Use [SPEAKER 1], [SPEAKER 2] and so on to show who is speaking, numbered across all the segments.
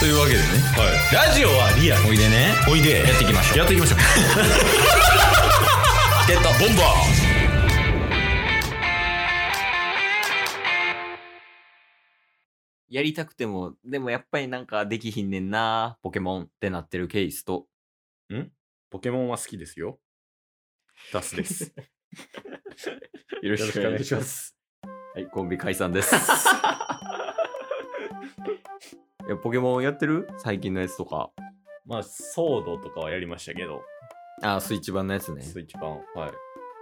[SPEAKER 1] というわけでね、ラジオはリアおいでね
[SPEAKER 2] おいで
[SPEAKER 1] やっていきましょう
[SPEAKER 2] やっていきましょう
[SPEAKER 1] ゲットボンバ
[SPEAKER 3] やりたくても、でもやっぱりなんかできひんねんな、ポケモンってなってるケースと。
[SPEAKER 2] ポケモンは好きですよダス ですよ
[SPEAKER 3] よ。
[SPEAKER 2] ろしくお願いしますす
[SPEAKER 3] はい、コンビ解散 です。いやポケモンやってる最近のやつとか。
[SPEAKER 2] まあソードとかはやりましたけど
[SPEAKER 3] あー、スイッチ版のやつね。
[SPEAKER 2] スイッチ版は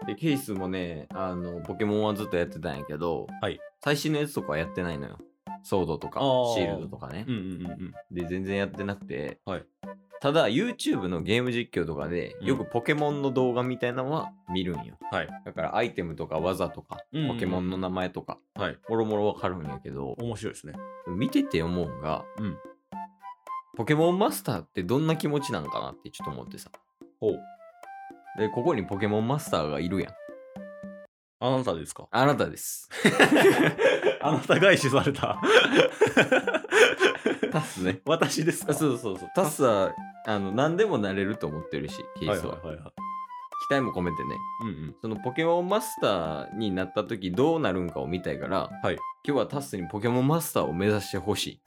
[SPEAKER 2] い
[SPEAKER 3] で、ケースもね、あの、ポケモンはずっとやってたんやけど、
[SPEAKER 2] はい
[SPEAKER 3] 最新のやつとかはやってないのよ。ソードとか
[SPEAKER 2] あ、ー
[SPEAKER 3] シールドとかね
[SPEAKER 2] う。んうんうんうん
[SPEAKER 3] で、全然やってなくて。
[SPEAKER 2] はい
[SPEAKER 3] ただ、YouTube のゲーム実況とかで、
[SPEAKER 2] うん
[SPEAKER 3] よくポケモンの動画みたいなのは見るんよ。
[SPEAKER 2] はい
[SPEAKER 3] だから、アイテムとか技とか、
[SPEAKER 2] うんうんうん
[SPEAKER 3] ポケモンの名前とか、
[SPEAKER 2] はい
[SPEAKER 3] もろもろわかるんやけど、
[SPEAKER 2] 面白いですね
[SPEAKER 3] 見てて思うんが、
[SPEAKER 2] うん
[SPEAKER 3] ポケモンマスターってどんな気持ちなんかなってちょっと思ってさ。
[SPEAKER 2] ほう
[SPEAKER 3] で、ここにポケモンマスターがいるやん。
[SPEAKER 2] あなたです か
[SPEAKER 3] あなたです。
[SPEAKER 2] あなた返しされた
[SPEAKER 3] タスね。
[SPEAKER 2] 私ですか
[SPEAKER 3] あそうそうそう。タスは、あの、何でもなれると思ってるし、ケースは。
[SPEAKER 2] はいはいはいはい
[SPEAKER 3] 期待も込めてね。
[SPEAKER 2] うんうん
[SPEAKER 3] そのポケモンマスターになった時どうなるんかを見たいから、
[SPEAKER 2] はい
[SPEAKER 3] 今日はタスにポケモンマスターを目指してほし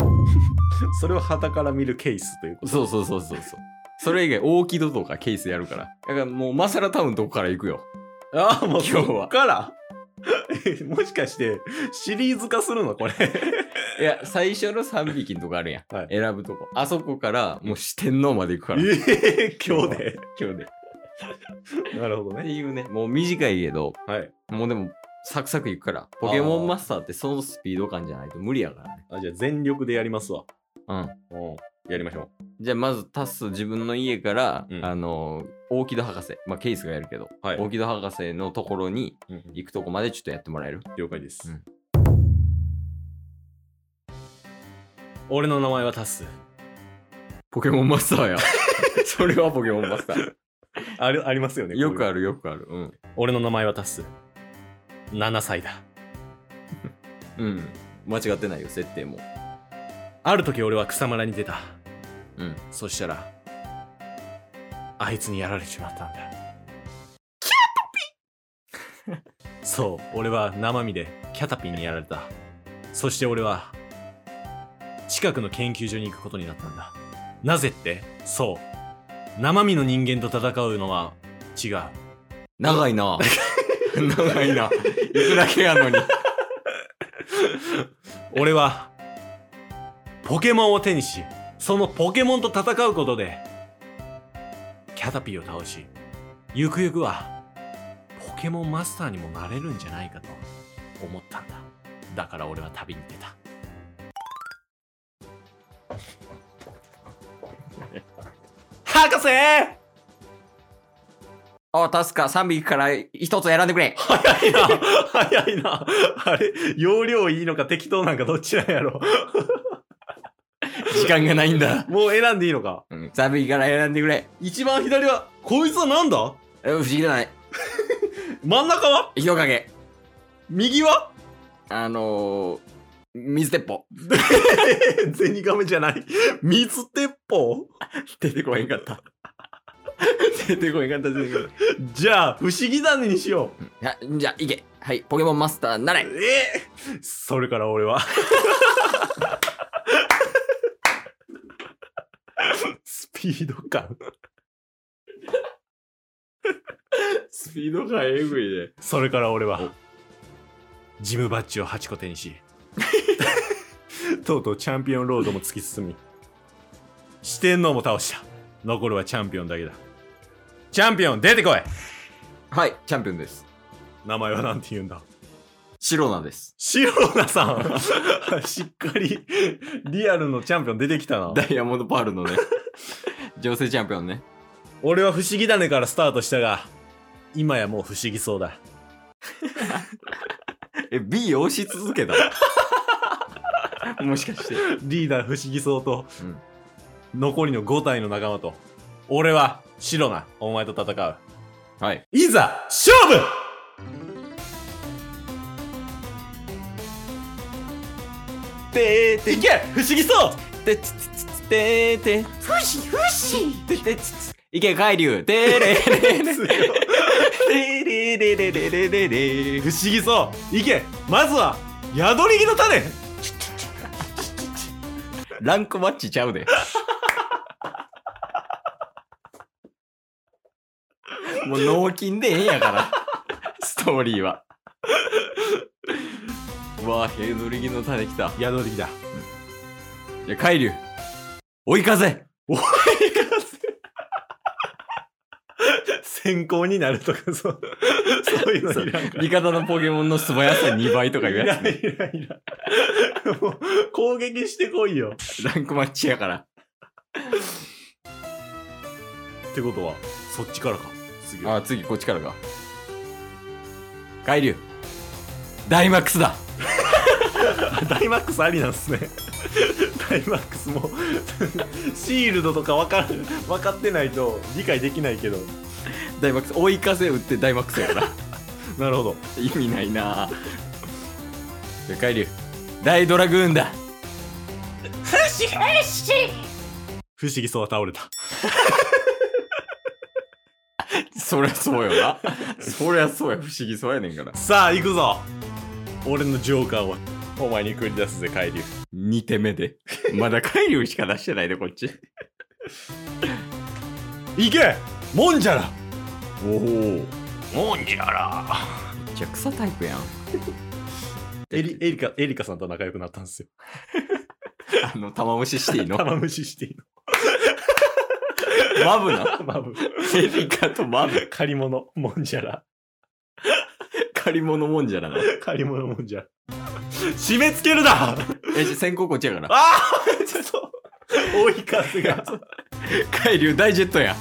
[SPEAKER 2] それを旗から見るケースというこ
[SPEAKER 3] い。
[SPEAKER 2] と
[SPEAKER 3] そうそうそうそうそう。 それ以外、大木戸とかケースやるから。だからもう、マサラタウンどこから行くよ。
[SPEAKER 2] ああもう
[SPEAKER 3] 今日は
[SPEAKER 2] そっから えもしかしてシリーズ化するのこれ
[SPEAKER 3] いや、最初の3匹のとこある やん。
[SPEAKER 2] はい
[SPEAKER 3] 選ぶとこ。あそこから、もう四天王まで行くから。
[SPEAKER 2] ええ今日で
[SPEAKER 3] 今日で。っ
[SPEAKER 2] なるほど
[SPEAKER 3] て
[SPEAKER 2] ね
[SPEAKER 3] いうね、もう短いけど、
[SPEAKER 2] はい
[SPEAKER 3] もうでも、サクサクいくから。ポケモンマスターってそのスピード感じゃないと無理やからね。
[SPEAKER 2] あじゃあ全力でやりますわうんやりましょ
[SPEAKER 3] じゃあ、まずタス自分の家から、
[SPEAKER 2] うん
[SPEAKER 3] あの、大木戸博士、まあ、ケースがやるけど、
[SPEAKER 2] うは
[SPEAKER 3] 大木戸博士のところに
[SPEAKER 2] うん
[SPEAKER 3] 行くとこまでちょっとやってもらえる
[SPEAKER 2] 了解です、
[SPEAKER 3] うん
[SPEAKER 2] 俺の名前はタス
[SPEAKER 3] ポケモンマスターや。 それはポケモンマスター。
[SPEAKER 2] あるありますよね
[SPEAKER 3] よく
[SPEAKER 2] あ
[SPEAKER 3] あるよくある。うん。
[SPEAKER 2] 俺の名前はタス7歳だ
[SPEAKER 3] うん。間違ってないよ、設定も。
[SPEAKER 2] ある時俺は草むらに出た
[SPEAKER 3] うん。
[SPEAKER 2] そしたらあいつにやられちまったんだキャタピそう俺は生身でキャタピンにやられたそして俺は近くの研究所に行くことになったんだなぜってそう生身の人間と戦うのは違う
[SPEAKER 3] 長いな 長いな行くだけやの に
[SPEAKER 2] 俺はポケモンを手にしそのポケモンと戦うことでキャタピーを倒しゆくゆくはポケモンマスターにもなれるんじゃないかと思ったんだだから俺は旅に出た博士
[SPEAKER 3] おタスカ3匹から1つ選んでくれ
[SPEAKER 2] 早いな早いなあれ容量いいのか適当なんかどっちなんやろ
[SPEAKER 3] 時間がないんだ、
[SPEAKER 2] もう選んでいいのか
[SPEAKER 3] うん、3匹から選んでくれ
[SPEAKER 2] 一番左はこいつはなんだ
[SPEAKER 3] え不思議だね
[SPEAKER 2] 真ん中は
[SPEAKER 3] 人影
[SPEAKER 2] 右は
[SPEAKER 3] あのー、水鉄 砲
[SPEAKER 2] ゼニガメじゃない。水鉄砲
[SPEAKER 3] 出てこへんかった出てこへんかった出てこへんかっ
[SPEAKER 2] じゃあ、不思議種にしよう。
[SPEAKER 3] たはいじゃあ行けはいポケモンマスターなれ
[SPEAKER 2] えーそれから俺は。 スピード感。
[SPEAKER 3] スピードがえぐいで
[SPEAKER 2] それから俺は、ジムバッジを8個手にし、 とうとうチャンピオンロードも突き進み、四天王も倒した。残るはチャンピオンだけだ。チャンピオン、出てこい
[SPEAKER 3] はいチャンピオンです
[SPEAKER 2] 名前は何て言うんだ
[SPEAKER 3] シロナです
[SPEAKER 2] シロナさん しっかりリアルのチャンピオン出てきたな
[SPEAKER 3] ダイヤモンドパールのね女性チャンピオンね
[SPEAKER 2] 俺は不思議種からスタートしたが今やもう不思議そうだ
[SPEAKER 3] え B を押し続けたもしかして
[SPEAKER 2] リーダー不思議そうと、
[SPEAKER 3] うん
[SPEAKER 2] 残りの5体の仲間と俺はシロナお前と戦う
[SPEAKER 3] はい
[SPEAKER 2] いざ勝負でーていけ不思議そう
[SPEAKER 3] でつつつつてーて、
[SPEAKER 4] ふしふし。
[SPEAKER 3] ててつつ、池海流、てーれーれーれーれーれーれーれーれーれーれー
[SPEAKER 2] 不思議そういけまずは宿り木の種
[SPEAKER 3] ランコマッチちゃう で。もう脳筋でええんやから、ストーリーは。うわあ、ヘドリギの種来た。
[SPEAKER 2] 宿り木だ
[SPEAKER 3] いや、海流。追い風。
[SPEAKER 2] 先行になるとかそうそういうのいらんから
[SPEAKER 3] 味方のポケモンの素早さ2倍とか
[SPEAKER 2] い
[SPEAKER 3] いう
[SPEAKER 2] ら
[SPEAKER 3] やつ
[SPEAKER 2] んいらん
[SPEAKER 3] ね。
[SPEAKER 2] いらんもう攻撃してこいよ
[SPEAKER 3] ランクマッチやから。
[SPEAKER 2] ってことはそっちからか次は
[SPEAKER 3] あ、次こっちからか。海流。ダイマックスだ。
[SPEAKER 2] ダイマックスありなんすねダイマックスもシールドとか分からん分かってないと理解できないけど
[SPEAKER 3] ダイマックス。追い風打ってダイマックスやから。
[SPEAKER 2] なるほど
[SPEAKER 3] 意味ないなで海流大ドラグーンだ
[SPEAKER 4] ふし。
[SPEAKER 2] 不思議そうは倒れた
[SPEAKER 3] そりゃそうよな そりゃそうや不思議そうやねんから
[SPEAKER 2] さあ行くぞ俺のジョーカーはお前に繰り出すぜ海流
[SPEAKER 3] 2手目でまだ海流しか出してないでこっち
[SPEAKER 2] 行けもんじゃら
[SPEAKER 3] おお
[SPEAKER 2] もんじゃら
[SPEAKER 3] じゃあ草タイプやん
[SPEAKER 2] エリエリカエリカさんと仲良くなったんですよ
[SPEAKER 3] あの玉虫していいの
[SPEAKER 2] 玉虫していい
[SPEAKER 3] マ ブな
[SPEAKER 2] のマブ
[SPEAKER 3] エリカとマ ブ
[SPEAKER 2] 借り物もんじゃら
[SPEAKER 3] 借り物もんじゃらな
[SPEAKER 2] 借り物もんじゃら締め付けるな
[SPEAKER 3] えじゃあ先行こっちやから
[SPEAKER 2] ああちょっと追い風 が
[SPEAKER 3] 海流大ジェット や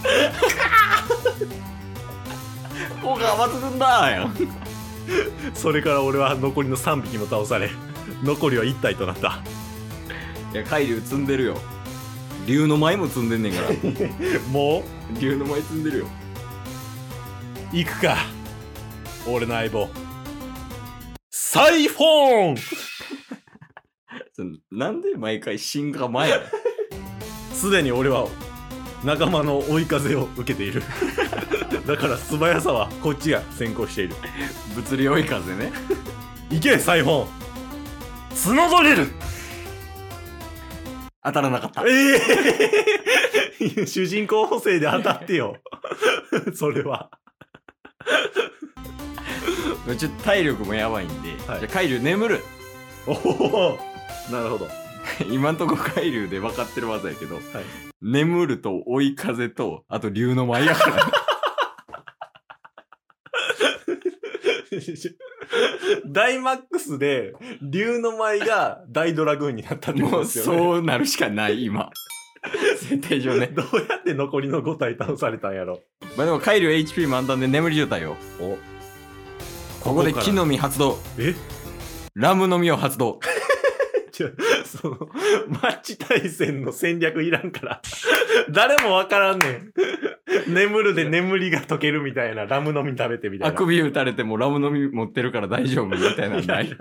[SPEAKER 3] 効果は抜群だやん
[SPEAKER 2] それから俺は残りの3匹も倒され残りは1体となった
[SPEAKER 3] いや、海流積んでるよ。竜の舞も積んでんねんから。
[SPEAKER 2] も
[SPEAKER 3] 竜の舞積んでるよ。
[SPEAKER 2] う行くか俺の相棒サイフォーン
[SPEAKER 3] そのなんで毎回進化前やねん
[SPEAKER 2] すでに俺は仲間の追い風を受けている だから素早さはこっちが先行している
[SPEAKER 3] 物理追い風ね。
[SPEAKER 2] 行けサイフォン角取れる
[SPEAKER 3] 当たらなかった。
[SPEAKER 2] ええ 主人公補正で当たってよ それは
[SPEAKER 3] ちょっと体力もやばいんで。
[SPEAKER 2] はい
[SPEAKER 3] じゃあ海流眠る。
[SPEAKER 2] おおなるほどは
[SPEAKER 3] 今んとこ海流で分かってる技やけど、眠ると追い風と、あと竜の舞やから、
[SPEAKER 2] いダイマックスで竜の舞が大ドラグーンになった ってこ
[SPEAKER 3] も
[SPEAKER 2] と
[SPEAKER 3] う
[SPEAKER 2] ですよね
[SPEAKER 3] そうなるしかな い、今。設定上ね。
[SPEAKER 2] どうやって残りの5体倒されたんやろ
[SPEAKER 3] まあでも海流 HP 満タンで眠り状態よ。
[SPEAKER 2] お
[SPEAKER 3] ここで
[SPEAKER 2] ここから
[SPEAKER 3] 木の実発動。
[SPEAKER 2] え
[SPEAKER 3] ラムの実を発動。
[SPEAKER 2] ちょ、その、マッチ対戦の戦略いらんから。誰もわからんねん。眠るで眠りが解けるみたいな、ラムの実食べてみたい
[SPEAKER 3] あ
[SPEAKER 2] な。
[SPEAKER 3] くび打たれてもラムの実持ってるから大丈夫みたいなのない
[SPEAKER 2] いや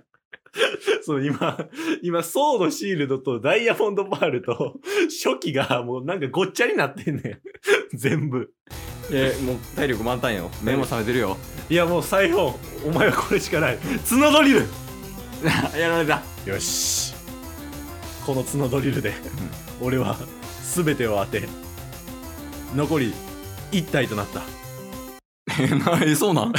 [SPEAKER 2] そう、今、今、ソードシールドとダイヤモンドパールと、初期がもうなんかごっちゃになってんねん。全部。
[SPEAKER 3] えもう体力満タンよ目も覚めてる よ
[SPEAKER 2] いや、もうサイフォン、お前はこれしかない。角ドリル
[SPEAKER 3] やられた
[SPEAKER 2] よし。この角ドリルで、俺は、全てを当て、残り、1体となった。
[SPEAKER 3] えなえそうなん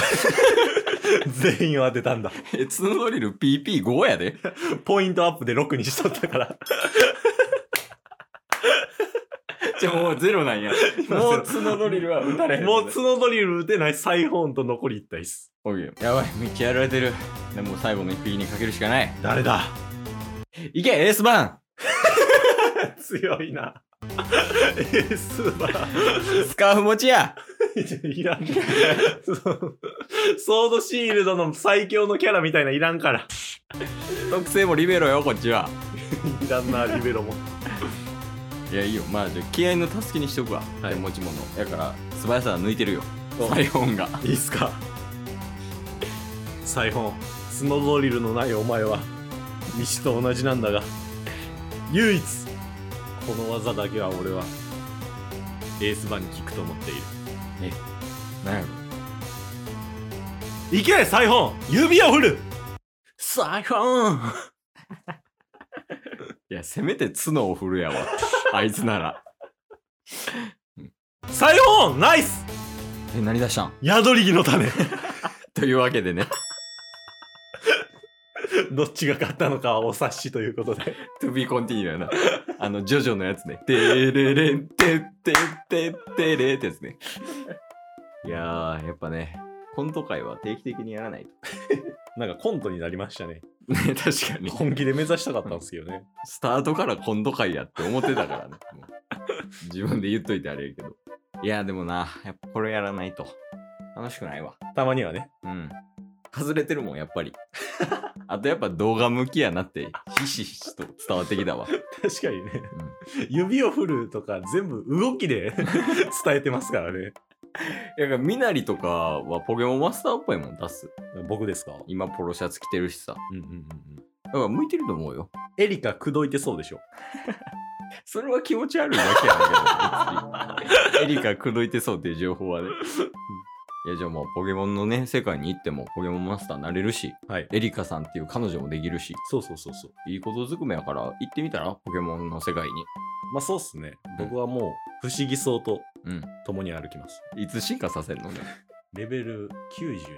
[SPEAKER 2] 全員を当てたんだ。
[SPEAKER 3] えツノドリル PP5 やで
[SPEAKER 2] ポイントアップで6にしとったから。
[SPEAKER 3] じゃあもうゼロなんやもうツノドリルは打たれへん
[SPEAKER 2] もう角ドリル打てないサイホーンと残り1体っす。
[SPEAKER 3] オッケーやばいめっちゃやられてるでも最後の一匹にかけるしかない
[SPEAKER 2] 誰だ
[SPEAKER 3] いけエースバン
[SPEAKER 2] 強いな。エースは、
[SPEAKER 3] スカーフ持ちや
[SPEAKER 2] いらん。そうソードシールドの最強のキャラみたいないらんから。
[SPEAKER 3] 特性もリベロよこっちはい
[SPEAKER 2] らんな、リベロも。
[SPEAKER 3] いやいいよまあじゃあ気合の助けにしとくわ、
[SPEAKER 2] はい
[SPEAKER 3] 手持ち物やから素早さは抜いてるよ
[SPEAKER 2] お
[SPEAKER 3] サイオンが
[SPEAKER 2] いいっすかサイホン、角ドリルのないお前は、石と同じなんだが、唯一、この技だけは俺はエース版に効くと思っている
[SPEAKER 3] なんやろ
[SPEAKER 2] 行けサイホン指を振るサイホン
[SPEAKER 3] いや、せめて角を振るやわ。 あいつなら。
[SPEAKER 2] サイホンナイス
[SPEAKER 3] え、何出したん
[SPEAKER 2] 宿り木の種
[SPEAKER 3] というわけでね。
[SPEAKER 2] どっちが勝ったのかはお察しということで
[SPEAKER 3] to be continue やな。あの、ジョジョのやつね。てれれん、てってってってれってやつね。いやー、やっぱね、コント会は定期的にやらないと。
[SPEAKER 2] なんかコントになりましたね
[SPEAKER 3] ね、確かに。
[SPEAKER 2] 本気で目指したかったんですけどね
[SPEAKER 3] スタートからコント会やって思ってたから ね。もう自分で言っといてあれやけど。いや、でもな、やっぱこれやらないと。楽しくないわ。
[SPEAKER 2] たまにはね
[SPEAKER 3] うん。外れてるもん、やっ ぱり。あとやっぱ動画向きやなって、ひしひしと伝わってきたわ。
[SPEAKER 2] 確かにね、指を振るとか全部動きで 伝えてますからね
[SPEAKER 3] いや、みなりとかはポケモンマスターっぽいもん出す。
[SPEAKER 2] 僕ですか
[SPEAKER 3] 今ポロシャツ着てるしさ。
[SPEAKER 2] うんうんうんうん
[SPEAKER 3] だから向いてると思うよ。
[SPEAKER 2] エリカ口説いてそうでしょ
[SPEAKER 3] それは気持ち悪いだけやけど、別にエリカ口説いてそうっていう情報はね。いや、じゃあもうポケモンのね、世界に行ってもポケモンマスターなれるし、
[SPEAKER 2] はい
[SPEAKER 3] エリカさんっていう彼女もできるし、
[SPEAKER 2] そうそうそうそう
[SPEAKER 3] いいことずくめやから行ってみたらポケモンの世界に。
[SPEAKER 2] まあそうっすね
[SPEAKER 3] うん
[SPEAKER 2] 僕はもう不思議そうと
[SPEAKER 3] うん
[SPEAKER 2] 共に歩きます
[SPEAKER 3] いつ進化させるのね。
[SPEAKER 2] レベル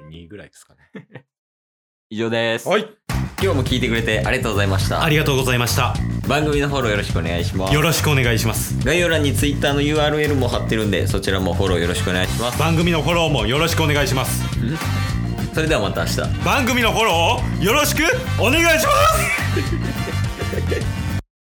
[SPEAKER 2] 92ぐらいですかね
[SPEAKER 3] 以上です。
[SPEAKER 2] い
[SPEAKER 3] 今日も聞いてくれてありがとうございました。
[SPEAKER 1] りがとうございました
[SPEAKER 3] 番組のフォローよろしくお願いします。
[SPEAKER 1] ろしくお願いします
[SPEAKER 3] 概要欄に Twitter の URL も貼ってるんで、そちらもフォローよろしくお願いします。
[SPEAKER 1] 番組のフォローもよろしくお願いします
[SPEAKER 3] それではまた明日。
[SPEAKER 1] 番組のフォローをよろしくお願いします